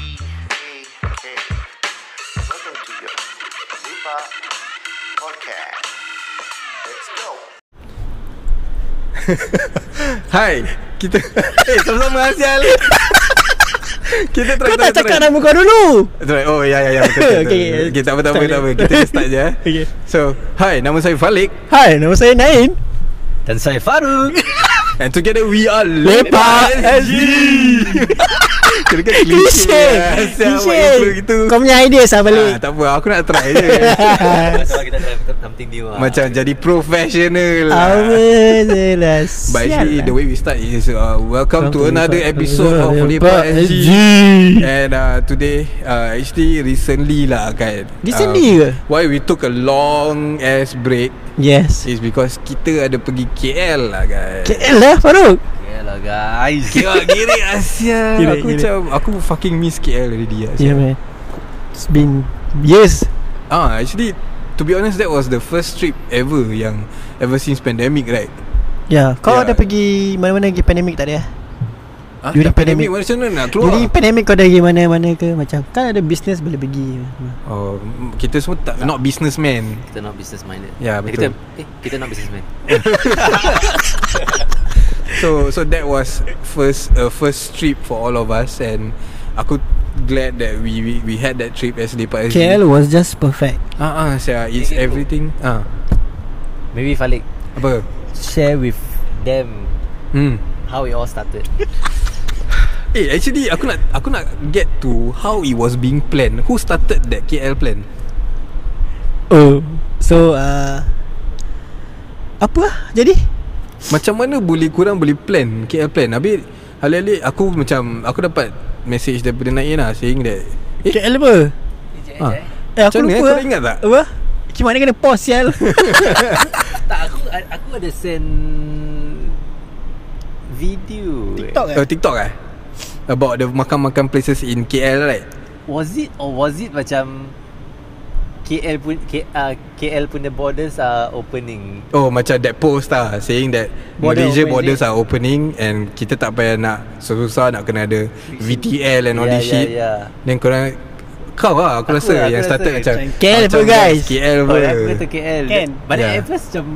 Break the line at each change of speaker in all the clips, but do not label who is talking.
LPPAA. Welcome to your Lipa Podcast. Let's go.
Hai Kita Eh sama-sama Asial Kita try
Kau tak
try,
cakap
try.
nama kau dulu
Try. Oh ya ya ya betul, betul, betul.
Okay, okay.
Kita tak apa tak apa,
Start
tak apa.
dia.
Kita start je eh.
Okay.
So Hi nama saya Falik
Hai nama saya Nain
Dan saya Faruk
And together we are
Lepak SG.
Kira kan
Klise
klise
Klise
gitu.
Kau punya idea sah
ah,
balik
Tak apa aku nak try je
Macam kita try something new lah
Macam jadi professional lah
Apa je lah sial
But actually
lah.
the way we start is uh, Welcome to another episode of
Lepak
Lepak SG
SG.
And uh, today uh, Actually recently lah kan
Recently ke?
Why we took a long ass break
Yes
Is because kita ada pergi KL lah kan
KL lah Faruk
Yeah lah guys
KL Giri Asia
Giri,
Aku
giri.
macam Aku fucking miss KL already lah
Yeah Ya, man It's been years
Ah, Actually To be honest That was the first trip ever Yang Ever since pandemic right
Ya Kau
Yeah.
ada pergi Mana-mana pergi pandemik tak ada
Ah, dah
During
pandemic
pandemic.
Macam mana nak keluar
During pandemik kau ada pergi mana-mana ke Macam Kan ada business boleh pergi
oh, Kita semua tak, Not businessman
Kita not business minded
Ya,
Eh,
betul.
kita, Eh kita not businessman
So so that was first uh, first trip for all of us and aku glad that we we, we had that trip as lepak
KL was just perfect
Ah ah saya it's
Thank you.
everything. Ah
Maybe Falik
apa?
Share with them
Hmm.
How it all started
Eh actually aku nak aku nak get to how it was being planned. Who started that KL plan?
Oh So uh, Apa lah jadi
Eh. Macam mana boleh kurang boleh plan KL plan? Habis alih-alih aku macam aku dapat message daripada Nain lah saying that eh
KL apa
ah,
Eh
Macam
aku
mana,
lupa
eh? Kau
lah.
dah ingat tak?
Apa Cik mana kena pause sial
Tak aku aku ada send Video eh.
TikTok
uh,
eh
TikTok eh about the makan-makan places in KL right?
Was it or was it macam KL pun K, uh, KL punya borders are opening
Oh macam that post lah Saying that
Border
Malaysia
opening.
borders are opening And kita tak payah nak Susah-susah nak kena ada VTL and all
Yeah,
this
yeah,
shit
yeah.
Then korang Kau lah aku,
Ya, Aku
rasa
lah, aku
Yang
rasa
started macam
macam KL
macam
pun, guys.
KL
Oh,
pun
aku kata KL
Kan?
But
Yeah.
yeah. at first macam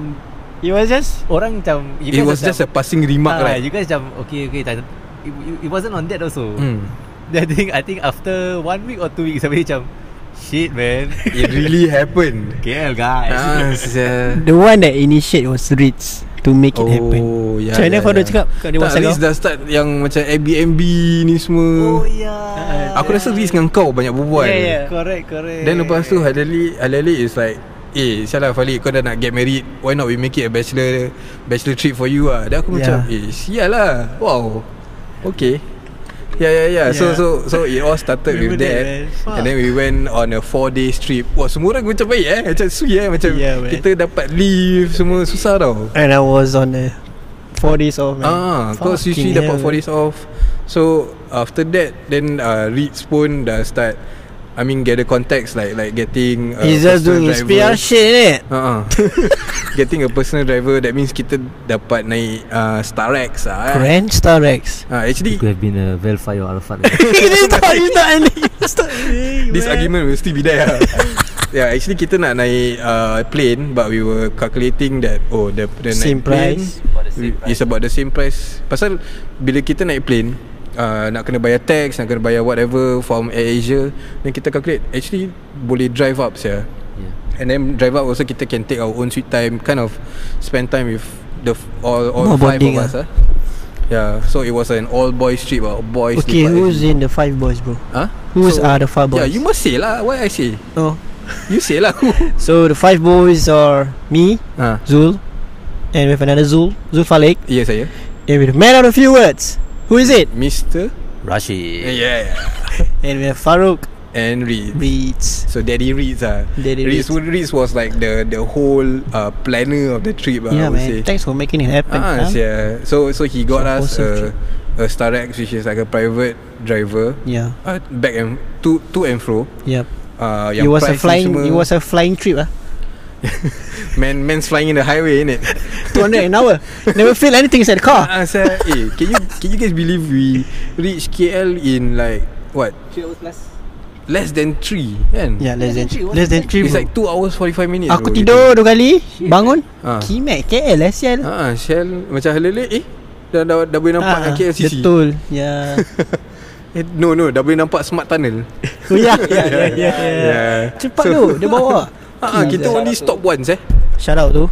It was just
Orang macam
Ya.
you
It
guys
was
macam-
just a passing remark
Ah,
right
You guys macam Okay okay tak, it, it- it wasn't on that also
Hmm.
Then I think I think after One week or two weeks Sampai macam Shit man
It really happened
KL guys
Ah, sia.
The one that initiate was Ritz To make it happen
ya,
Macam mana
ya,
Faruk
ya.
cakap kat dia
Tak,
WhatsApp
Riz
kau?
dah start yang macam Airbnb ni semua
Oh yeah
Ah, Aku rasa Riz dengan kau banyak berbual
Yeah, yeah.
Correct correct
Then lepas tu Halali Halali is like Eh sialah Falik Kau dah nak get married Why not we make it a bachelor Bachelor trip for you lah Then aku
Yeah.
macam Eh sial lah Wow Okay Yeah yeah yeah, So
Yeah.
so so it all started with
Remember
that
that, man. Fuck.
And then we went on a 4 day trip Wah semua orang macam baik eh Macam sui eh Macam
Yeah, man.
kita dapat leave Semua susah tau
And I was on a 4 days off man.
Ah, kau
Fucking
Sushi dapat
hell,
4 days off So after that Then uh, Reeds pun dah start I mean gather contacts Like like getting
man. He's just
Ah, personal
doing his
driver.
PR shit in it
uh-uh. Getting a personal driver That means kita dapat naik uh, Starex lah eh.
Grand Star Rex
Uh, actually
have been a Velfire or Alphard
This not This not ending This not ending
This
man.
argument will still be there lah. Yeah actually kita nak naik uh, plane But we were calculating that Oh the, the
Same
naik plane
price.
About the same
It's
price.
about the same price Pasal bila kita naik plane uh, Nak kena bayar tax Nak kena bayar whatever From AirAsia Then kita calculate Actually boleh drive up saya
yeah.
And then drive out also kita can take our own sweet time Kind of spend time with the f- all, all
More
five
bonding
of us ah. Yeah, so it was an all boys trip ah, boys.
Okay
lepak
who's
every-
in the five boys bro
Huh?
Who's are the five boys
Yeah, you must say lah. Why I say?
Oh
You say lah. Who?
So the five boys are me,
ah,
Zul, and with another Zul, Zul Falik,
yes saya.
and with a man out of few words. Who is it?
Mister.
Rashid
Yeah.
And we have Farouk
And Reed.
Reeds.
So Daddy Reeds ah.
Daddy
Reeds, Reeds
Reeds.
was like the the whole uh, planner of the trip ah. I
yeah,
would
man.
say.
Thanks for making it happen.
Ah,
huh?
yeah. So so he got
So
us
awesome
a, a Starex which is like a private driver.
Yeah.
Uh, back and to to and fro.
Yep.
Uh, yang
It was
price
a
ni
flying.
semua,
It was a flying trip, ah.
man man's flying in the highway in it.
200 an hour Never feel anything inside the car
I said, eh, can you can you guys believe we reach KL in like what
3 hours plus
less than three kan?
Yeah less than
Less than
Less than 3
three, what's
It's like 2 hours 45 minutes
Aku tidur dua kali Bangun
Ah.
Kimek KL lah sial
Haa Shell Macam helele Eh Dah, dah, dah boleh nampak
Ah,
kat KLCC
Betul Ya
eh, No no Dah boleh nampak smart tunnel
Oh, Ya ya, ya, ya, ya.
yeah.
Cepat tu Dia bawa Ya,
Haa Kita
Shout
only
out
stop once eh
Shout out tu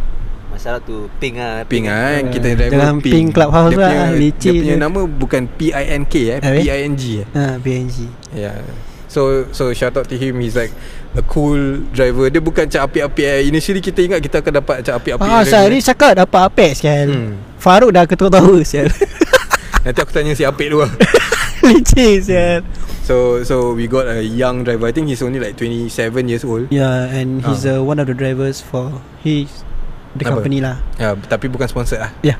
Masalah tu Ping lah
Ping kan Kita
Eh,
driver
jangan Ping Clubhouse
dia
lah,
punya, Dia
licin
punya
dia.
nama Bukan P-I-N-K eh
Eh, weh?
P-I-N-G eh
Ha BNG
Yeah So so shout out to him He's like A cool driver Dia bukan macam api-api eh. Initially kita ingat Kita akan dapat macam api-api eh.
Ah,
driver.
Sehari cakap dapat apek sial
Hmm.
Faruk dah ketuk tahu sial
Nanti aku tanya si Apik dulu lah.
Licin sial
So so we got a young driver I think he's only like 27 years old
Yeah and he's
Ah.
uh, one of the drivers for He's The
Apa?
company lah
Ya, tapi bukan sponsor lah.
Yeah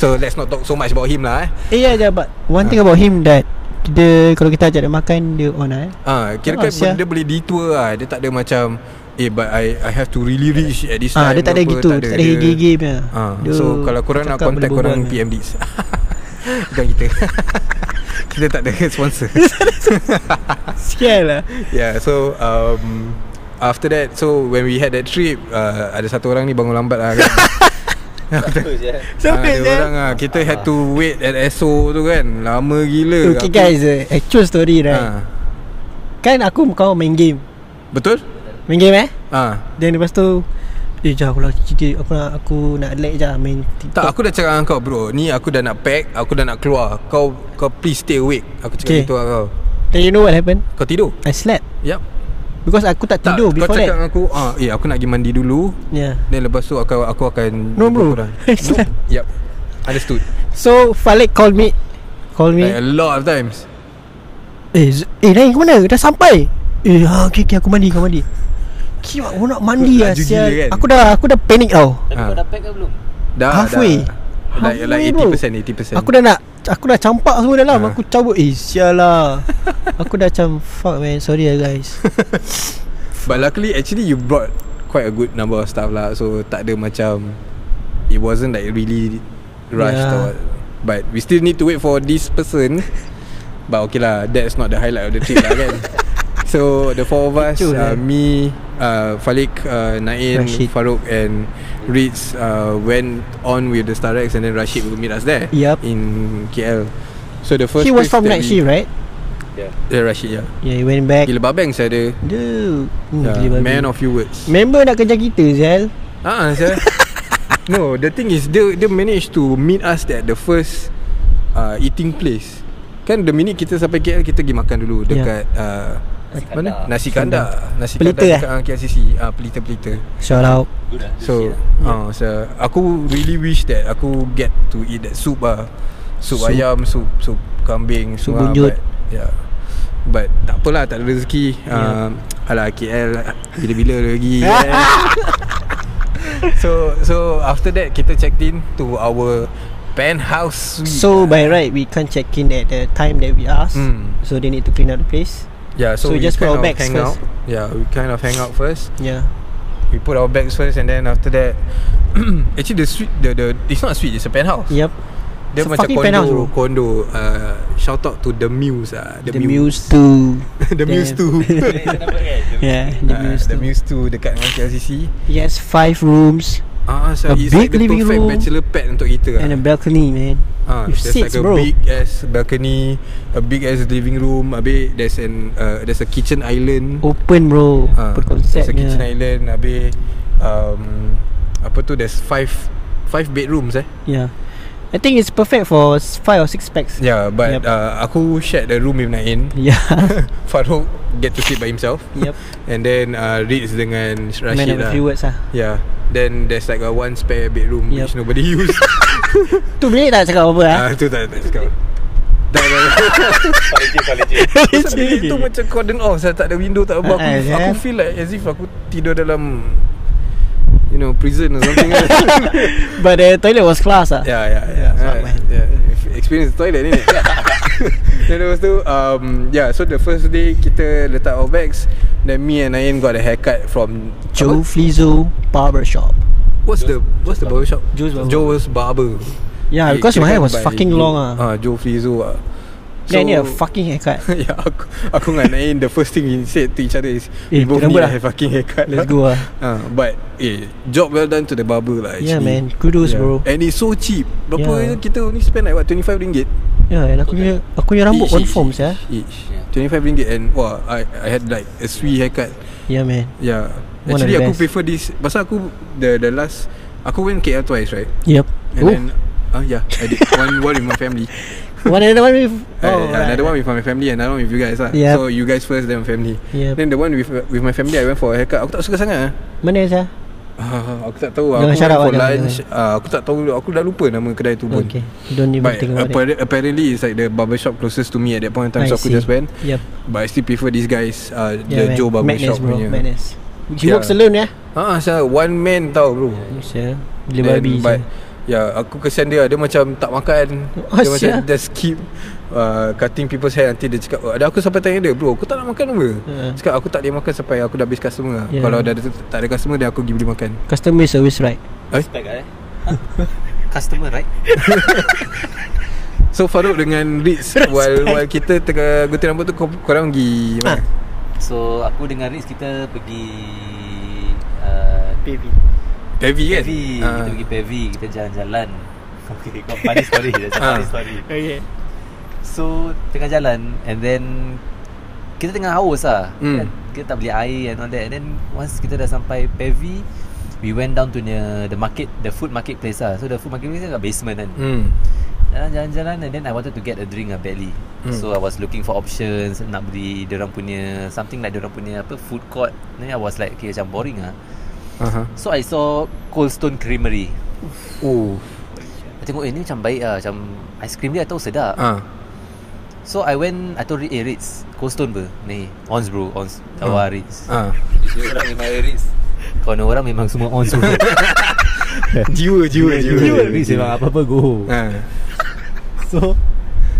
So let's not talk so much about him lah eh.
Eh yeah, yeah but One
Ah.
thing about him that Dia Kalau kita ajak dia makan Dia on lah eh
Ah, kira kan
Oh, sia.
dia boleh detour lah. Dia tak ada macam eh but I I have to really reach at this
Ah,
time.
dia tak ada
apa,
gitu Tak ada gigi-gigi punya
Ah,
Dia
so kalau korang nak
cakap
contact
boleh
korang
berbual.
PM Deeds. bukan kita. kita tak ada sponsor. Ah,
Sial lah
yeah, so um after that so when we had that trip uh, ada satu orang ni bangun lambat lah kan.
Sampai
ada
sial.
orang ah kita had to wait at SO tu kan. Lama gila.
Okay
Aku-
guys uh, Actual story right
Ah,
Kan aku kau main game
betul?
Main game eh
Ah,
Then lepas tu Eh jap aku nak cicit Aku nak Aku nak lag je lah, Main
Tak
TikTok
aku dah cakap dengan kau bro Ni aku dah nak pack Aku dah nak keluar Kau kau please stay awake Aku cakap okay.
Okay.
gitu lah kau
Then you know what happened
Kau tidur
I slept
Yap
Because aku tak
Tak
tidur
kau
Before
cakap dengan
that
aku ah, Eh aku nak pergi mandi dulu
Yeah
Then lepas tu aku, aku akan
No
jumpa
bro
korang.
I slept
Yap Understood
So Falik call me Call me
Like a lot of times
Eh, Z- eh Naim kau mana? Dah sampai. Eh, ha, okay, okay, aku mandi, kau mandi. Kiwa, aku nak mandi lah,
Laju gila
sial.
kan?
Aku dah, aku dah panik tau.
Tapi
Ah.
kau dah pack ke belum?
Dah
Halfway.
dah, Like, like
Halfway,
80% 80%
Aku dah nak, aku dah campak semua dalam.
Ha.
Aku cabut, eh, sial lah. aku dah macam, fuck man, sorry lah guys.
But luckily actually you brought Quite a good number of stuff lah So tak ada macam It wasn't like really Rushed yeah.
Yeah.
or But we still need to wait for this person But okay lah That's not the highlight of the trip lah kan So the four of us
Kecoh
uh,
lah.
Me uh, Falik uh, Nain
Rashid.
Farouk and Ritz uh, Went on with the Starex And then Rashid will meet us there
Yup.
In KL So the first
He
place
was from
that
night
we-
shift, right?
Yeah Rashid yeah
Yeah, he went back.
Gila babang saya ada
Dude, hmm,
yeah,
gila babi.
Man of few words
Member nak kerja kita, Zal.
Ah, uh, No, the thing is dia dia manage to meet us at the first uh, eating place. Kan the minute kita sampai KL kita pergi makan dulu
Ya.
dekat yeah. uh, mana? Nasi kandar. Nasi
Pelita,
kandar
eh?
dekat eh? KLCC. Ah, uh, pelita-pelita.
Shout out.
So,
lah.
ah, uh, so aku really wish that aku get to eat that soup ah. Soup,
Soup.
ayam, soup soup kambing,
Soup
semua,
bunjut.
but- Yeah. But tak apalah tak ada rezeki.
Ya.
Yeah. Uh, alah KL bila-bila lagi. kan. so so after that kita checked in to our penthouse suite.
So, by right, we can't check in at the time that we asked.
Hmm.
So, they need to clean up the place.
yeah, so,
so
we
just put
kind
our
of
bags
hang
first.
out. Yeah, we kind of hang out first.
Yeah.
We put our bags first and then after that actually the suite the the it's not a suite it's a penthouse.
Yep.
Dia
It's a
macam
fucking
kondo
penthouse, bro.
Kondo uh, Shout out to The Muse ah,
The, Muse too.
The Muse
Damn.
2
Yeah, the
Ah,
Muse
The
too.
Muse 2 Dekat dengan KLCC
He has five rooms
Ah, so
A
it's
big
like the
living
perfect
room
bachelor pad untuk kita
and a
ah.
balcony, man.
Ah,
with
There's like
seats,
a
bro.
big ass balcony A big ass living room Habis there's an uh, There's a kitchen island
Open, bro.
Ah,
Open
There's a
Oh, concept.
kitchen
Yeah.
island Habis um, Apa tu There's five Five bedrooms eh
yeah. I think it's perfect for s- five or six packs.
Yeah but
Yep.
uh, Aku shared the room with Nain
Yeah.
Farouk get to sleep by himself
yep.
And then uh, Ritz dengan
Man
Rashid
of a
lah
few words ah.
Yeah Then there's like a one spare bedroom
Yup.
Which nobody use
Tu boleh tak cakap apa-apa
Ah
ah?
tu tak tak cakap Dah dah dah Ah. Bilik tu macam cordon off Saya tak ada window tak apa aku,
Ah, ah,
aku
yeah.
feel like as if aku tidur dalam You know prison or something
But the toilet was class ah.
Yeah yeah yeah,
Fuck,
yeah,
man.
yeah. Experience the toilet ni Then lepas tu um, Yeah so the first day Kita letak our bags Then me and Ayan got a haircut from
Joe Flizzo Barber Shop.
What's the What's the barber shop?
Joe's Barber.
Joe's Barber. Eh,
Yeah, Ya, because my
kirakan
hair was
by
fucking
Joe-
long ah.
Ah, Joe Frizo ah.
Then I need a fucking haircut.
yeah, aku, aku dengan Nain the first thing we said to each other is eh, we
Eh,
both
kita
need
rambut
a
lah.
fucking haircut.
Let's go ah.
Uh, but eh, job well done to the barber lah. Actually.
Yeah, man. Kudos, bro.
And it's so cheap. Berapa
Yeah.
yeah. kita only spend like what 25 ringgit.
Ya, yeah, and aku punya aku punya rambut
Each,
on
each,
form
each,
ya.
Each. 25 ringgit and wah I I had like a sweet haircut.
Yeah, Ya, man.
Yeah.
One of
Actually
the
aku
best.
prefer this pasal aku the the last aku went KL twice right.
Yep.
And
Oh,
then uh, yeah, I did one one with my family.
one another one with
Oh,
oh,
uh, another one with my family and another one with you guys lah.
Yep.
So you guys first then family.
Yep.
Then the one with with my family I went for a haircut. Aku tak suka sangat. ah.
Mana saya?
Ah, aku tak tahu. Aku
Jangan shout
went
out
for
lah, jangan,
lunch. Ah, aku tak tahu. Aku dah lupa nama kedai tu pun.
Okay. Don't even
But
think about it.
appar- apparently it's like the barber shop closest to me at that point in time
I
so aku
see.
just went.
Yep.
But I still prefer these guys uh, the
Yeah, man.
Joe barber
Madness,
shop
bro.
punya.
Madness. He
Yeah.
works alone ya.
Ah, saya one man tau bro.
Yeah. Gila
Then,
babi.
but
But,
yeah, aku kesian dia. Dia macam tak makan.
Oh,
dia macam
sia.
just keep uh, cutting people's hair until dia cakap. Oh, ada aku sampai tanya dia, bro, aku tak nak makan apa?
Ha. Ya.
Cakap aku tak boleh makan sampai aku dah habis customer.
Yeah.
Yeah. Kalau dah ada- tak ada customer, dia aku pergi beli makan.
Customer is always right.
Respect lah eh Customer right
So Farouk dengan Ritz while, while kita tengah gunting rambut tu kor- korang pergi
Ah.
mana?
So aku dengan Riz kita pergi uh,
Baby.
Pevi kan?
Pevi
Ah.
Kita pergi Pevi Kita jalan-jalan Okay kau funny story That's a
Ah.
funny story
Okay.
So tengah jalan And then Kita tengah haus lah
Hmm.
Kita, kita tak beli air and all that And then Once kita dah sampai Pevi We went down to the, the market The food marketplace lah So the food marketplace kat basement kan
Hmm.
Dalam jalan-jalan And then I wanted to get a drink lah badly
Hmm.
So I was looking for options Nak beli Diorang punya Something like diorang punya Apa food court Then I was like Okay macam boring lah
Aha.
So I saw Cold Stone Creamery
Oh.
I tengok eh ni macam baik lah Macam Ice cream dia I tahu sedap
Ah.
So I went I told eh Ritz Cold Stone ber Ni Ons bro Ons Awal hmm. Ritz
Ah.
Orang memang Ritz Kau ni orang memang semua Ons bro
Jiwa, jiwa, jiwa.
Ritz memang apa-apa go
Ah.
So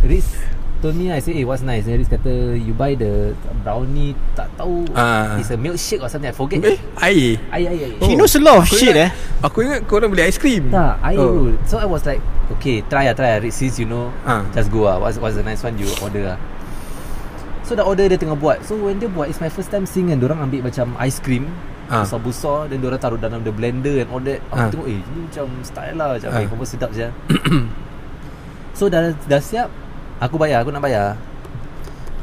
Riz told me I say eh what's nice Then Riz kata you buy the brownie tak tahu
Ah.
it's a milkshake or something I forget
Eh, air.
air air air
He knows a
Oh.
lot of
Aku
shit
ingat-
eh.
Aku ingat korang beli aiskrim.
tak air
Oh.
oh. so I was like okay try lah try lah Riz since you know
Ah.
just go lah what's, what's the nice one you order lah So dah order dia tengah buat So when dia buat It's my first time seeing kan Diorang ambil macam ice cream
Ah.
Besar-besar Then diorang taruh dalam the blender And all that Aku
Ah.
tengok Eh ni macam style lah Macam
Ah.
eh, confirm sedap je So dah, dah siap Aku bayar Aku nak bayar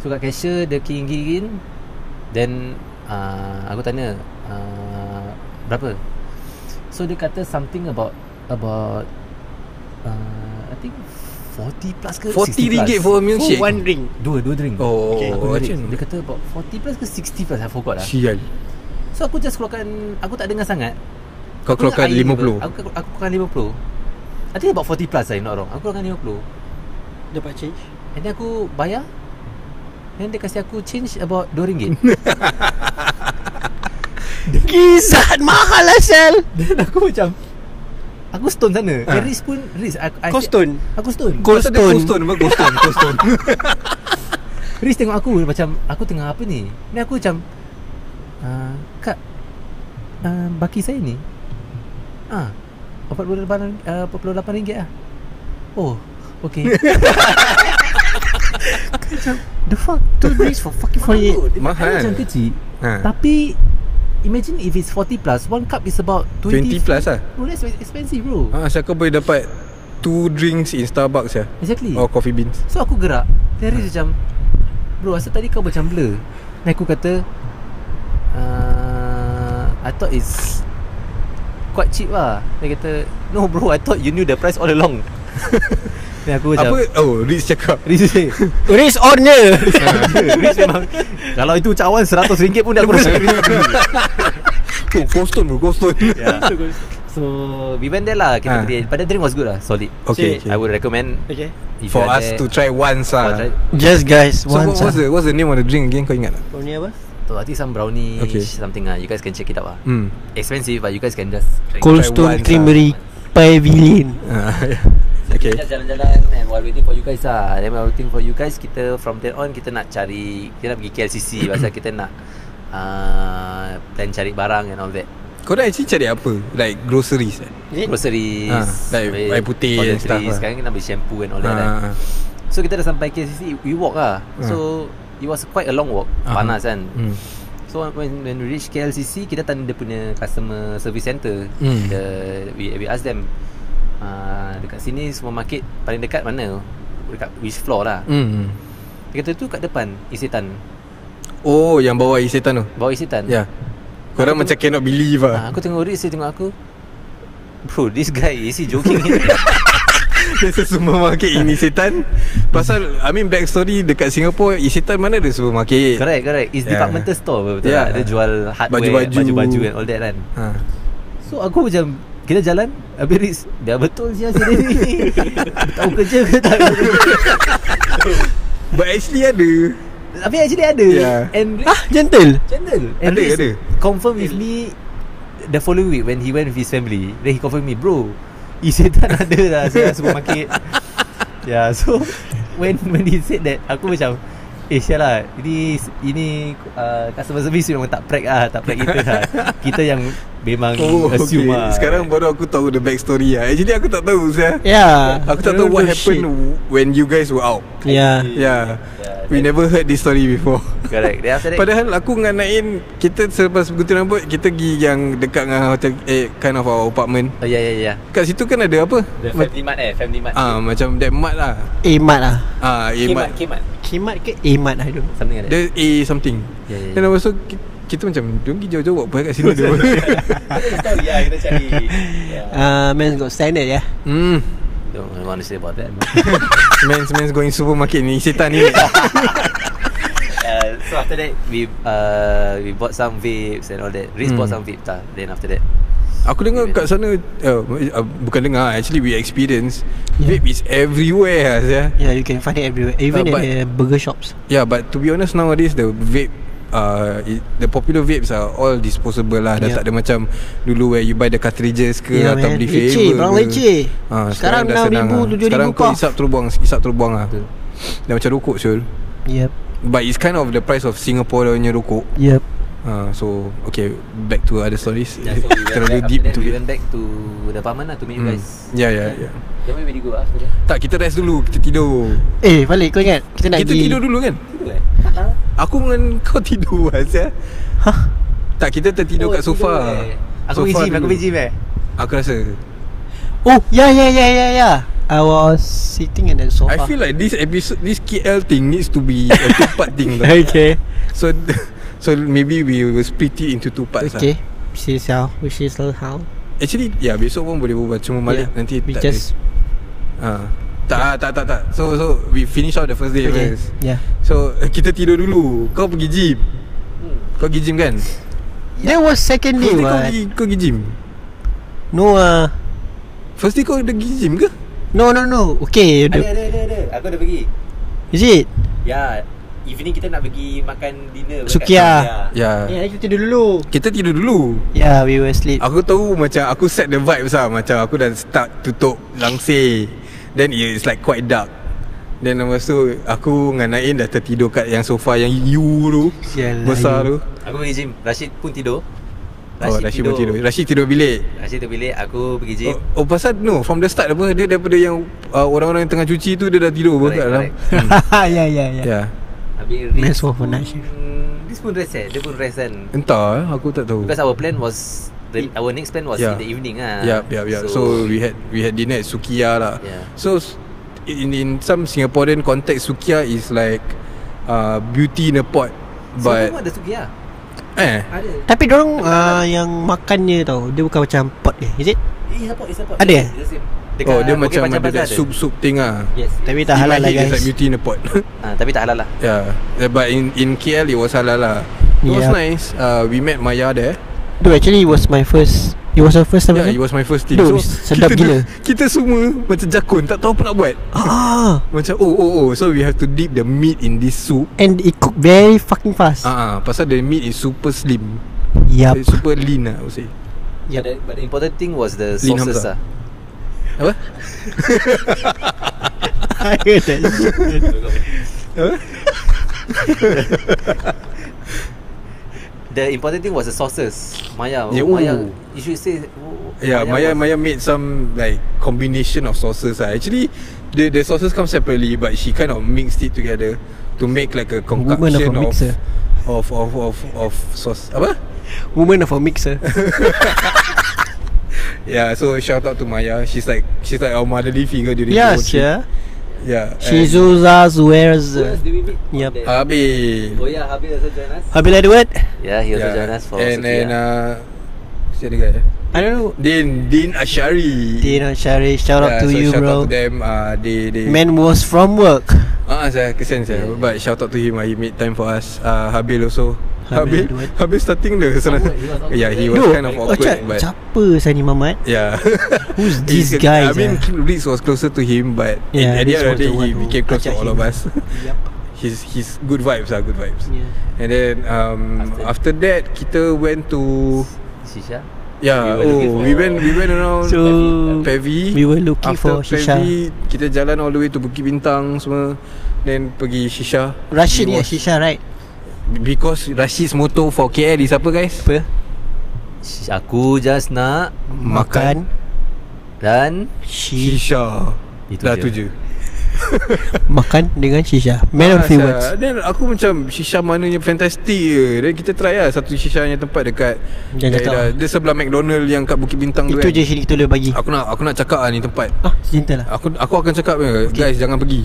So kat cashier Dia kingin-kingin Then uh, Aku tanya uh, Berapa So dia kata something about About uh, I think 40 plus ke
40
60 plus.
ringgit for a milkshake.
ring.
Dua, dua drink
Oh,
okay. Dua
macam
drink
ni.
Dia kata about 40 plus ke 60 plus I forgot lah
Sial.
So aku just keluarkan Aku tak dengar sangat
Kau
Aku
keluarkan
ingat air apa?
50.
Aku, aku, aku keluarkan 50 I think about 40 plus lah If not wrong Aku keluarkan 50
Dapat change.
And then aku bayar Then dia kasi aku change about 2 ringgit
Gizat mahal lah Sel
Then aku macam Aku stone sana ha. Riz pun Riz aku, I-
Kau stone?
Aku stone
Gold
Pasal dia
stone.
Gold stone apa? Gold stone, gold stone.
Riz tengok aku Macam Aku tengah apa ni Then aku macam uh, Kak uh, Baki saya ni Ah, RM48 uh, RM48 lah Oh Okay Aku macam The fuck
Two drinks for fucking 48
Mahal.
Macam kecil
Ha.
Tapi Imagine if it's 40 plus One cup is about
20
20,
plus lah.
Bro that's expensive bro
Ah, saya kau boleh dapat two drinks in Starbucks ya.
Exactly
Or coffee beans.
So aku gerak Then Riz macam Bro asal tadi kau macam blur Then aku kata uh, I thought it's Quite cheap lah Dia kata No bro I thought you knew the price all along Then aku
Apa?
macam
Oh, Ritz cakap.
Riz say
Race on je
Riz memang Kalau itu cawan RM100 pun dia aku rasa
Oh, gold stone bro, gold stone.
So we went there
Ah.
lah Kita pergi But the drink was good lah Solid
Okay, okay.
I would recommend
Okay
if
For
you are
us
there,
to try once
for
ah.
try-
Just guys
So what
Once ah.
was the what's the name of the drink again? Kau ingat tak?
Kau ni apa?
So I think some brownie
Okay.
Something ah, You guys can check it out lah
Hmm.
Expensive but you guys can just try
Cold
Try
Stone
once
Creamery Pavilion
Ah, yeah.
Okay.
Okay.
Kita jalan-jalan and while waiting for you guys lah. Then while waiting for you guys, kita from then on kita nak cari, kita nak pergi KLCC pasal kita nak uh, plan cari ah, barang and all that.
Korang actually cari apa? Like groceries eh?
Groceries
Ah, like
beli
air putih and
toiletries.
stuff lah.
Sekarang kita nak beli shampoo and all that right?
Ah, ah,
So kita dah sampai KCC We walk lah So It was quite a long walk
Ah.
Panas kan
Hmm.
So when, when we reach KLCC Kita tanya dia punya Customer service center
Hmm.
the, we, we ask them uh, Dekat sini supermarket Paling dekat mana Dekat which floor lah
Hmm.
Dia kata tu kat depan Isetan
Oh yang bawa isetan tu
Bawah Isetan
Ya yeah. Korang macam cannot believe
Hmm. Ah,
lah
Aku tengok Riz Dia tengok aku Bro this guy Is he joking
Biasa supermarket ini isetan Pasal I mean backstory Dekat Singapore Isetan mana ada supermarket
Correct correct It's
Yeah.
departmental store Betul
Yeah.
yeah. Dia jual
Ya.
hardware
Baju-baju.
Baju-baju and all that kan
ha.
So aku macam Kita jalan Habis Riz Dah betul je asyik dia ni Tahu kerja ke tak tahu kerja?"
But actually ada
Habis actually ada
Yeah.
And Riz
Ah gentle
Gentle And
Ada,
Riz
ada.
Confirm with me The following week When he went with his family Then he confirm me Bro Isetan ada lah Saya supermarket Yeah so When when he said that Aku macam Eh Syah lah Ini Ini uh, Customer service memang tak prank lah Tak prank kita lah Kita yang Memang
Oh
assume
okay.
lah
Sekarang baru aku tahu The backstory lah Actually aku tak tahu saya.
Yeah
Aku tak tahu what
Don't do
happened When you guys were out
shit. Yeah
Yeah,
Yeah,
We
that-
never heard this story before
Correct Then after that
Padahal aku dengan Nain Kita selepas bergutur rambut Kita pergi yang Dekat dengan hotel Eh kind of our apartment
Oh ya ya ya
Kat situ kan ada apa
The family mart eh Family mart
Ah Macam that mart lah
Emat lah
Ah A mart
Kimat
Kimat ke Emat I don't know
Something like that
Dia A something
Ya, ya, ya.
Then lepas tu ki- Kita macam Jom pergi jauh-jauh Buat apa kat sini tu
Story lah kita cari
Ah man got standard ya
Hmm
Don't want to say about that
Man's man's going supermarket ni Setan ni
uh, So after that We uh, we bought some vapes and all that Riz
Hmm.
bought some vape lah Then after that
Aku dengar kat sana uh, uh, Bukan dengar Actually we experience Vape is everywhere Azia.
Yeah you can find it everywhere Even
Ah,
at
but-
the burger shops
Yeah but to be honest Nowadays the vape Uh, it, the popular vapes are all disposable lah Dah
Yeah.
tak ada macam Dulu where you buy the cartridges ke
Yeah,
Atau
man.
beli
Leceh,
flavor
barang
ke. Ah,
leceh. Sekarang
dah senang
6,000,
lah.
7,000
Sekarang kau
puff.
isap terus buang Isap terus buang lah
Betul.
Dah macam rokok Syul
Yep
But it's kind of the price of Singapore punya rokok
Yep
uh, So okay Back to other stories
yeah, so we went
Terlalu
back, after
deep
that,
to
We
it
went back to the apartment lah To meet you
Hmm.
guys
Yeah, yeah, yeah.
Then where we go after that
Tak kita rest dulu Kita tidur
Eh balik kau ingat Kita nak
Kita
pergi
tidur dulu kan
Tidur eh? Tak lah
Aku dengan kau tidur Azia
Hah?
Tak kita tertidur
Oh,
kat sofa
eh. Aku pergi
Sofa
gym Aku
dulu.
pergi gym eh
Aku rasa
Oh yeah yeah yeah yeah yeah ya. I was sitting at the sofa
I feel like this episode This KL thing Needs to be A two part thing tau.
Okay
So So maybe we will split it into two parts
Okay
lah.
See how Which is how
Actually yeah besok pun boleh berbual Cuma balik
Yeah,
nanti
We
tak
just
ada. ha. Tak ah, tak tak tak So so we finish out the first day
Kan? Okay
first
Yeah
So eh, kita tidur dulu Kau pergi gym Kau pergi gym kan
That was second
First day kau
day what
pergi, kau pergi gym
No ah
First day kau ada pergi gym ke?
No no no Okay
Ada
the-
ada ada ada Aku dah pergi
Is it
Ya Evening kita nak pergi makan dinner dekat
Sukiya.
Sukiya.
Ya yeah.
kita tidur dulu
Kita tidur dulu
Yeah Ya, we were asleep
Aku tahu macam Aku set the vibes lah Macam aku dah start tutup langsir Then it's like quite dark Then lepas tu Aku dengan Nain dah tertidur kat yang sofa Yang U tu
Sial lah,
Besar tu
you.
Aku pergi gym Rashid pun tidur
Oh Rashid pun tidur Rashid tidur bilik
Rashid tidur bilik Aku pergi gym
Oh, oh pasal no From the start apa Dia daripada yang uh, Orang-orang yang tengah cuci tu Dia dah tidur pun
Correct,
kat dalam
correct.
Hmm.
Yeah yeah yeah
Ya
Habis
Nice one for night shift.
Riz pun rest eh Dia pun rest kan
Entah eh, Aku tak tahu
Because our plan was the, Our next plan was
Yeah.
In the evening lah
Yeah, yeah, yeah. So, so we had we had dinner at Sukiya lah.
Yeah.
So s- in in some Singaporean context, Sukiya is like uh, beauty in a pot,
But
but
Semua ada Sukiya
eh
Ada
Tapi dorang uh, yang makannya tau Dia bukan macam pot dia Is it?
Eh support It's support
Ada eh?
It's the same.
dekat, oh dia
Bukit
macam
Panjang
ada
Plaza
that soup soup thing ah.
Yes
Tapi tak
In
halal
my
lah
head, it's
guys
like beauty in a pot.
Ah, Tapi tak halal lah
yeah, Yeah, but in in KL it was halal lah. It was
Yep.
nice. Uh, we met Maya there.
Dude actually it was my first It was your first time
Yeah, Ya, it was
was
my first team.
Dude, sedap
kita,
gila.
Kita semua macam jakun, tak tahu apa nak buat.
ah,
Macam oh oh oh, so we have to dip the meat in this soup.
And it cooked very fucking fast
Ah, uh-uh, pasal the meat is super slim.
Yup
It's super lean lah I would say
But the, but the important thing was The
Lin
sauces
Hamzah.
lah
Apa?
I heard that shit.
Apa?
the important thing was the sources. Maya. oh,
Yeah,
Maya.
ooh.
You should say. oh,
Yeah, Ya, Maya
was-
Maya made some like combination of sauces. Ah, Actually, the the sauces come separately, but she kind of mixed it together to make like a
Woman of a
concoction of
mixer.
of of of of sauce. Apa?
Woman of a mixer
Yeah, Ya, so shout out to Maya. She's like she's like our motherly figure during the
Yes
whole trip.
yeah
Yeah. and-
Shizuza Zuerz
Who else did we meet?
Yep.
There.
Habis.
oh yeah, Habib also join us.
Habil Edward
Yeah, he also join us for.
and
Sukiya.
then uh, siapa dia? eh?
I don't know
Din Din Ashari.
Dino Shari Shout out
Yeah,
to
so
you
shout
bro
out to them. Uh, they they
Man was from work
Ah, saya kesian saya.
Yeah.
But shout out to him. ah, He made time for us. Uh, Habil also. Habil,
Habil Edward.
Habil starting the sana.
Awkward, he was awkward,
Yeah, he
right?
was
Dude,
kind of
oh,
awkward,
Chad,
but
Siapa saya ni Mamat
yeah.
Who's
He's-
these
I
guys
mean,
ah?
Ritz was closer to him, but yeah,
Yeah,
at the
Ritz
end of the
was
day,
the
he
one who
became close to
ajak
all
him.
of us.
Yup.
His his good vibes are good vibes.
Yeah.
And then um, after, after that kita went to
Shisha.
yeah
We were looking
oh
for-
we went we went around
So
Pevi
We were looking
After
for Shisha.
Pevi Kita jalan all the way to Bukit Bintang semua Then pergi Shisha
Russian
It
ya
was-
Shisha right
Because Rashid's motto for KL is apa guys?
Apa
Sh- Aku just nak
Makan
dan
Shisha
Shisha
Itu
Dah
je.
tu je
Makan dengan Shisha Man of few
Ah,
words
sia. Then aku macam Shisha mananya fantastic je Then kita try lah Satu Shisha yang tempat dekat
Jangan cakap
daerah- Dia sebelah McDonald Yang kat Bukit Bintang
Itu
tu kan.
je sini kita boleh bagi
Aku nak aku nak cakap lah ni tempat
Ah cinta lah
Aku aku akan cakap okay. Guys jangan pergi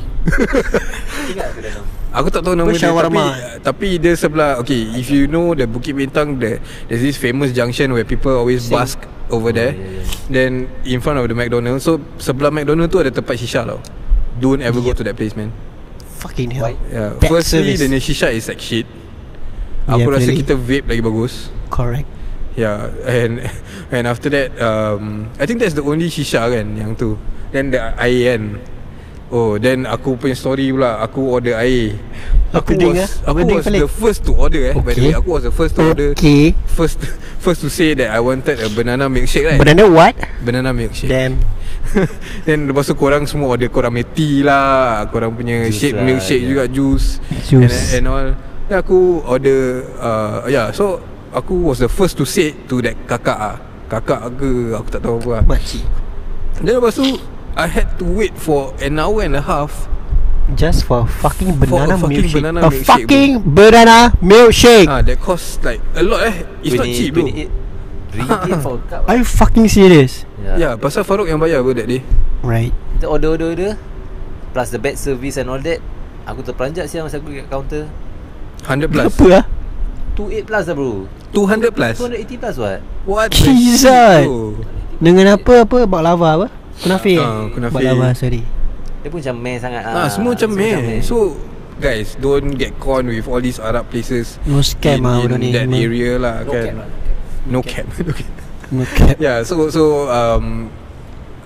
Ingat aku dah nama.
Aku tak tahu nama
Apa
dia tapi,
shawarma?
tapi dia sebelah Okay if you know The Bukit Bintang there, There's this famous junction Where people always
Sing.
bask Over there
yeah, yeah.
Then In front of the McDonald's So sebelah McDonald's tu Ada tempat shisha tau Don't ever go to that place man
Fucking hell
Why?
yeah.
Bad
Firstly
service.
The shisha is like shit Aku
Yeah,
rasa
really.
kita vape lagi bagus
Correct
Yeah Ya, And And after that um, I think that's the only shisha kan Yang tu Then the air kan Oh then aku punya story pula Aku order air Aku
Apa dia
was
ingat? Apa
Aku
dia
was
ingat,
the
Falik?
first to order eh By the
Okay.
way Aku was the first to order
Okay
First First to say that I wanted a banana milkshake right
Banana what
Banana milkshake
Damn
Then lepas tu korang semua order Korang punya tea lah Korang punya
Juice
shake
lah,
milkshake
yeah.
juga Juice
Juice.
and, and all Then aku order uh, Yeah so Aku was the first to say To that kakak ah Kakak ke Aku tak tahu apa lah
Makcik
Then lepas tu I had to wait for An hour and a half
Just for a fucking
a
banana
fucking
milkshake
banana
A
milkshake,
fucking banana milkshake
Ah, That cost like A lot eh It's not cheap bro
Ringgit for a cup
Are you fucking serious
Yeah pasal Farouk yang bayar bro that day
Right
Ya. Kita order-order Plus the bad service and all that Aku terperanjat siang masa aku kat counter
100 plus
Apa lah
28 plus lah bro
200 plus
280 plus what
What the
Jesus.
shit, bro?
Dengan apa apa baklava apa? Kunafi.
Ah, kunafe.
Baklava sorry.
Dia pun macam meh sangat lah.
Ah, semua macam meh.
So
So guys, don't get con with all these Arab places.
No
in,
scam ah
in
orang ni.
that
semua.
area lah kan. No cap. No cap.
No cap.
yeah, so so um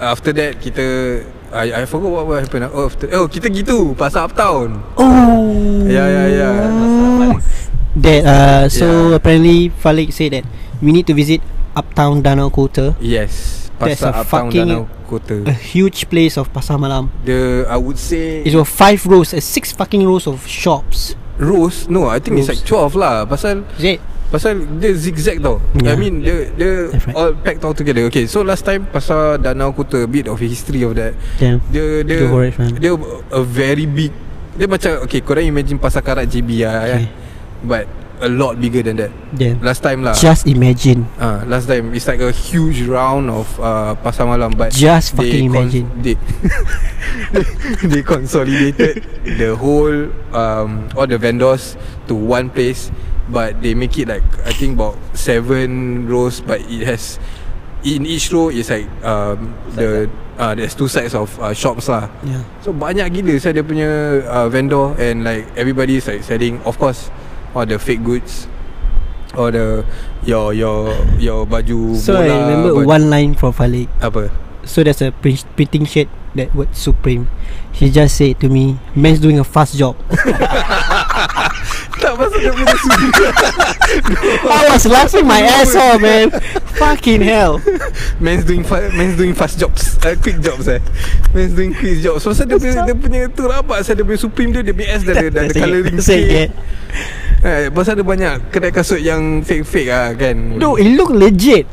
after that kita I I forgot what, what happened. ah. Oh, after, oh kita gitu pasar uptown.
Oh.
Yeah, yeah, yeah.
That uh,
Yeah.
so apparently Falik said that we need to visit Uptown Danau Kota,
Yes,
That's
pasar
a
uptown
fucking-
Danau Kota.
a huge place of pasar malam.
The I would say
It was five rows, uh, six fucking rows of shops.
Rose No I think it's
Rose.
like 12 lah Pasal
Is it?
Pasal dia zigzag tau yeah.
Yeah.
I mean dia dia
That's right.
all packed all together Okay so last time Pasal Danau Kota A bit of history of that
Damn.
Dia dia
Go for it, man.
dia a very big Dia macam Okay korang imagine Pasar Karat JB lah
Okay.
okay. But a lot bigger than that
Damn.
Last time lah
Just imagine.
Ah, uh, last time it's like a huge round of uh, pasar malam, but
Just fucking imagine.
they, they consolidated the whole um, all the vendors to one place, but they make it like I think about seven rows, but it has in each row is like um, the uh, there's two sides of uh, shops lah.
Yeah.
So banyak gila saya dia punya uh, vendor and like everybody is like selling of course all the fake goods or the your your your baju
So
bola,
I remember
baju-
one line from Falik.
apa
So there's a print, printing shit that word supreme. He just said to me, "Man's doing a fast job."
tak pasal dia punya sudi
I was laughing my ass off, man. Fucking hell.
man's doing fa- man's doing fast jobs uh, quick jobs eh man's doing quick jobs so pasal dia punya dia punya tu rabak pasal dia punya supreme dia dia punya S dan dia- dan
That's
the
it.
colouring
That's it, yeah.
cake Eh, pasal ada banyak kedai kasut yang fake-fake lah kan
No, it look legit.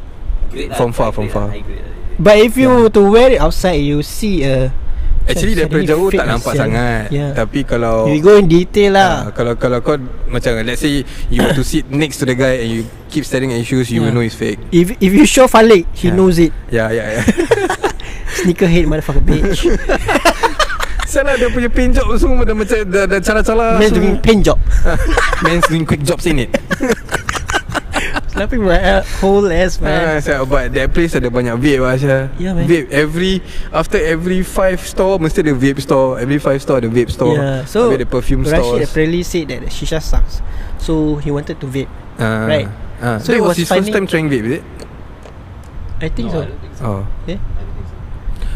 lah,
From far, from far.
But if you yeah. to wear it outside, you see a.
Ya. Actually
Macam
daripada
ni
jauh
fake
tak nampak
sial.
sangat
Yeah.
Tapi kalau
You go in detail
Ah,
lah.
kalau kalau kau macam let's say you want to sit next to the guy and you keep staring at his shoes you will
Yeah.
know it's fake.
If if you show Falik, he
Yeah.
knows it.
Ya ya ya.
Sneakerhead motherfucker bitch.
Salah dia punya pin job semua dah macam dah, dah cara-cara
Man's doing paint job.
Man's doing quick jobs in it.
Slapping my a- whole ass
Ah,
man.
so, but that place ada banyak vape lah Syah
Yeah, man.
Vape every After every five store Mesti ada vape store Every five store ada vape store
yeah. So
Habis ada perfume
Rashid
stores
apparently said that shisha sucks. So he wanted to vape.
Ah,
right.
ah. That
So it
was
was
his first time
finding-
trying vape is it?
I think so.
Oh Okay,
Yeah.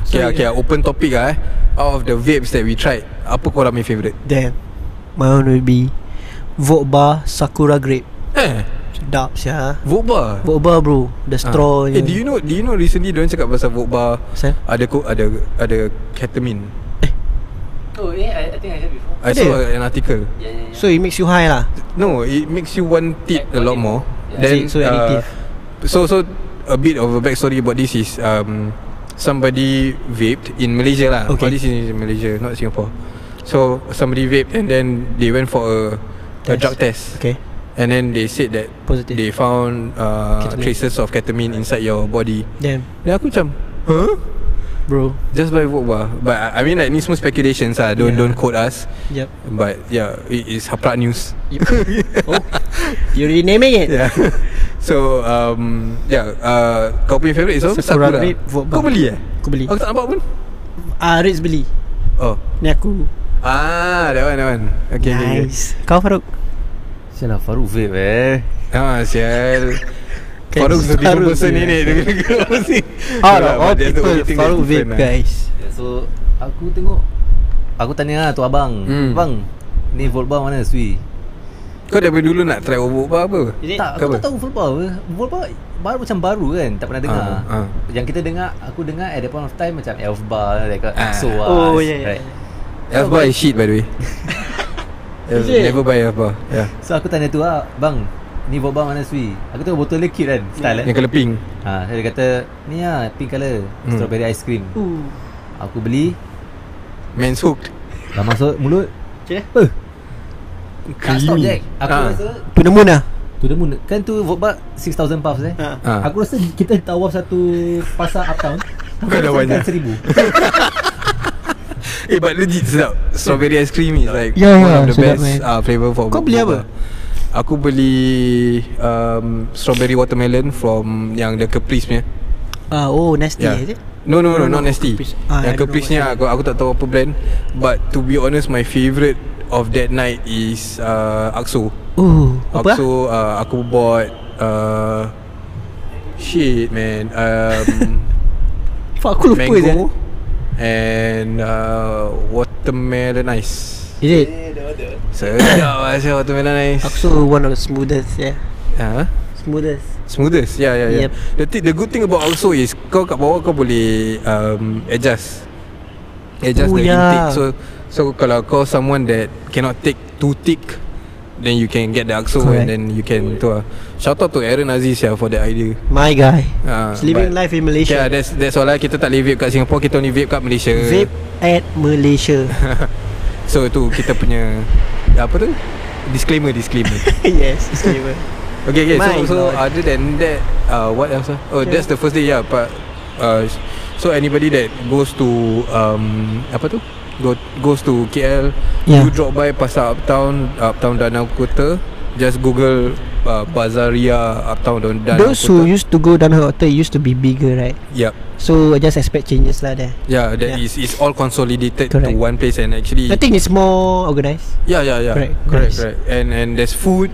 So,
okay, open topic lah eh. Out of the vapes that we tried, apa korang main favourite?
Damn. My one will be Vodbar Sakura Grape.
Eh,
Sedap sia.
Vokbar.
Vodbar bro, the
Ah.
straw.
Eh, do you know do you know recently dia cakap pasal Vokbar
Sir?
ada ko, ada ada ketamine.
Oh, yeah, I, I think I heard before.
I
Ada?
saw an article.
Yeah, yeah, yeah.
So it makes you high lah.
No, it makes you want it a lot more.
Yeah.
Then
Is it so addictive?
Uh, so so a bit of a backstory about this is um somebody vaped in Malaysia lah. All
Okay.
this is in Malaysia, not Singapore. So somebody vaped and then they went for a a
Test.
drug test.
Okay.
And then they said that
Positive.
They found uh,
Ketamine.
traces of ketamine inside your body
Damn,
Then aku macam Huh?
bro.
Just by vote bah But I I mean like ni semua speculations lah Don't,
Yeah.
don't quote us
Yep.
But yeah It is Haprak News
oh, you renaming it?
Yeah So um, Yeah uh, Kau punya favourite is apa?
Sakura grape, vote
Kau
bah.
beli eh?
Aku beli.
Aku tak nampak pun
Ah, Riz beli.
Oh
Ni aku.
Ah that one that one Okay okay, okay.
nice. Kau Faruk.
Sialah Farouk vape eh.
Ah sial
Kan,
Faruk is a different
Faruk
person
je.
ni ni Dia kena kena mesti
Out
No
of
lah,
all
but that's the only
people,
thing that's
Faruk vape
different lah.
guys.
Yeah, So, aku tengok Aku tanya lah tu abang
Hmm.
Abang Ni Volbar mana Sui
Kau daripada dulu nak try Obok bar apa?
Is it?
Tak, aku
Kenapa?
tak tahu Volbar apa. Volbar baru macam baru kan Tak pernah dengar
Ah, ah.
Yang kita dengar Aku dengar at that point of time Macam Elf Bar Like
Ah.
EXO lah
Oh, yeah, yeah,
right?
yeah.
Elf bar is shit by the way Elf,
Is it?
Never buy Elf bar yeah.
So aku tanya tu lah Bang Ni Volbar mana Sui Aku tengok botol dia cute kan Style
Yang
kan
kena pink
ha, Dia kata Ni lah pink colour
Hmm.
Strawberry ice cream
Ooh.
Aku beli
Man's hooked
Dah masuk mulut
Okay.
Eh Tak
Creamy.
stop Jack Aku
Ah.
rasa
Penemu dah.
To the moon Kan tu Vokbar 6,000 puffs eh
Ha.
Ah.
Aku rasa kita tawaf satu pasar uptown
Kau
aku
dah
rasa
banyak.
kan Seribu
Eh but legit sedap Strawberry ice cream is like
Yeah,
One
yeah,
of the
Ya, sedap,
best
man.
uh, flavor for Obok
Kau beli
bar.
apa?
Aku beli um, Strawberry watermelon From yang the Caprice punya
Ah, oh, nasty
Yeah.
is it?
No no no,
No,
not
no,
nasty.
Caprice. Ah, I
Yang
don't know
Caprice
what
ni aku aku tak tahu apa brand but to be honest my favourite of that night is uh, Axo.
Ooh, apa? ah?
Axo uh, aku bought uh, shit man um,
Fuck, aku lupa je.
mango and uh, watermelon ice.
Is it?
Sedap lah saya watermelon ice.
Aksu one of the smoothest, yeah.
Ha?
Smoothest.
Smoothest Ya ya ya
Yep.
The thi- the good thing about AXO is Kau kat bawah kau boleh um, Adjust Adjust
Oh,
the
ya.
intake So so kalau kau someone that Cannot take too thick Then you can get the AXO And
Correct.
then you can tu lah Shout out to Aaron Aziz ya For that idea
My guy.
Ah,
He's living
but-
life
Okay
in
lah
Malaysia.
that's, that's all lah Kita tak boleh vape kat Singapore Kita only vape kat Malaysia
Vape at Malaysia.
So tu kita punya Apa tu Disclaimer Disclaimer
yes, disclaimer.
Okay, okay.
My
so, so
lord.
other than that, uh, what else? ah? Oh, that's the first day, yeah. But uh, so anybody that goes to um, apa tu? Go, goes to KL, you
Yeah.
drop by pasar Uptown, Uptown Danau Kota. Just Google uh, Bazaria Uptown Dan- Danau
Those who
Kota.
used to go down the hotel used to be bigger, right?
Yep.
So I just expect changes lah there.
Yeah, that
Yeah.
is is all consolidated to
Correct.
one place and actually
I think it's more organized.
yeah yeah yeah
Correct,
correct
nice.
correct and and there's food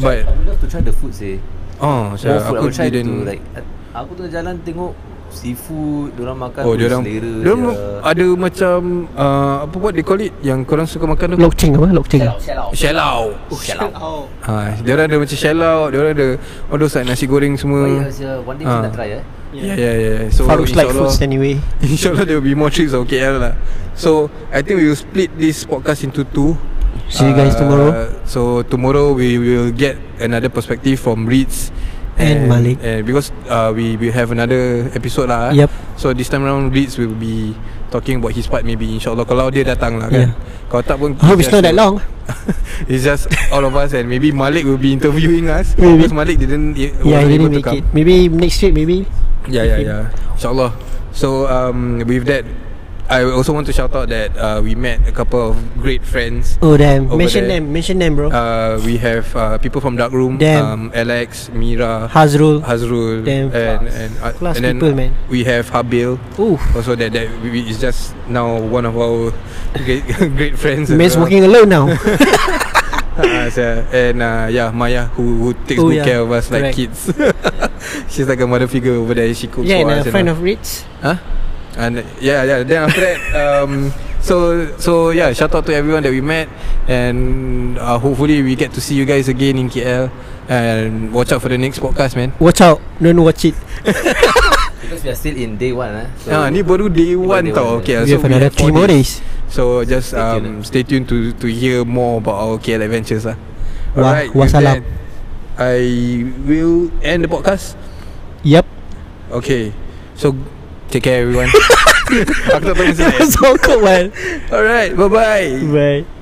but
I would love to try the food sih
oh
More
saya
food I
aku
would try
didn't
to like a- Aku tengah jalan tengok Seafood Diorang makan
Oh
tu
dia orang
selera
Dia orang
je.
ada macam uh, Apa what they call it Yang korang suka makan tu
Lokcheng apa? Lokcheng.
Shell out
Shell out
Oh.
ha, Dia orang ada macam shell out Dia orang ada All those like nasi goreng semua
Bayar sia One day
Ah.
kita nak try eh
Yeah yeah yeah, yeah. So
Faruk's like
insyaAllah-
foods anyway.
Inshallah there will be more trips of KL lah So I think we will split this podcast into two
See you guys tomorrow.
So tomorrow we will get another perspective from Reeds
And Malik.
And because uh, we we have another episode lah. eh.
Yup.
So this time around Reeds will be talking about his part maybe insyaallah kalau dia datang lah kan.
Yeah.
Kalau tak pun
I hope it's
just-
not that long.
It's just all of us and maybe Malik will be interviewing us
Maybe.
because Malik didn't yeah, wasn't
Yeah, he
able
didn't
to
make
come.
it. Maybe next week, maybe.
Yeah, yeah, yeah. Insyaallah. So um, with that, I also want to shout out that uh, we met a couple of great friends.
Oh damn!
Over
mention
there.
them, mention them, bro.
Uh, we have uh, people from Dark Room,
Damn.
um, Alex, Mira,
Hazrul.
Hazrul,
Damn.
and and, uh,
Class
and then
people, man.
we have Habil.
Ooh,
Also, that that we, is just now one of our great great friends. as
man's
well.
working alone now.
Ah, so- and uh, yeah, Maya who, who takes
Oh,
good care
yeah.
of us like
Correct.
kids. She's like a mother figure over there. She cooks
yeah,
for us.
and a
and
friend
all.
of Ritz.
Huh? And yeah, yeah. Then after that, um, so so yeah, shout out to everyone that we met, and uh, hopefully we get to see you guys again in KL. And watch out for the next podcast, man.
Watch out! Don't watch it.
Because we are still in day one eh. So
Ah, ni baru day one
day
tau.
one.
Okay,
we
so
have another
four
three more days.
So just
Stay tuned
um, stay tuned to to hear more about our KL adventures lah.
Wa-
Alright, with
wassalam.
that, I will end the podcast.
Yep.
Okay, so take care everyone. Aku tak tahu mesti.
so awkward, man.
Alright, bye bye.
Right.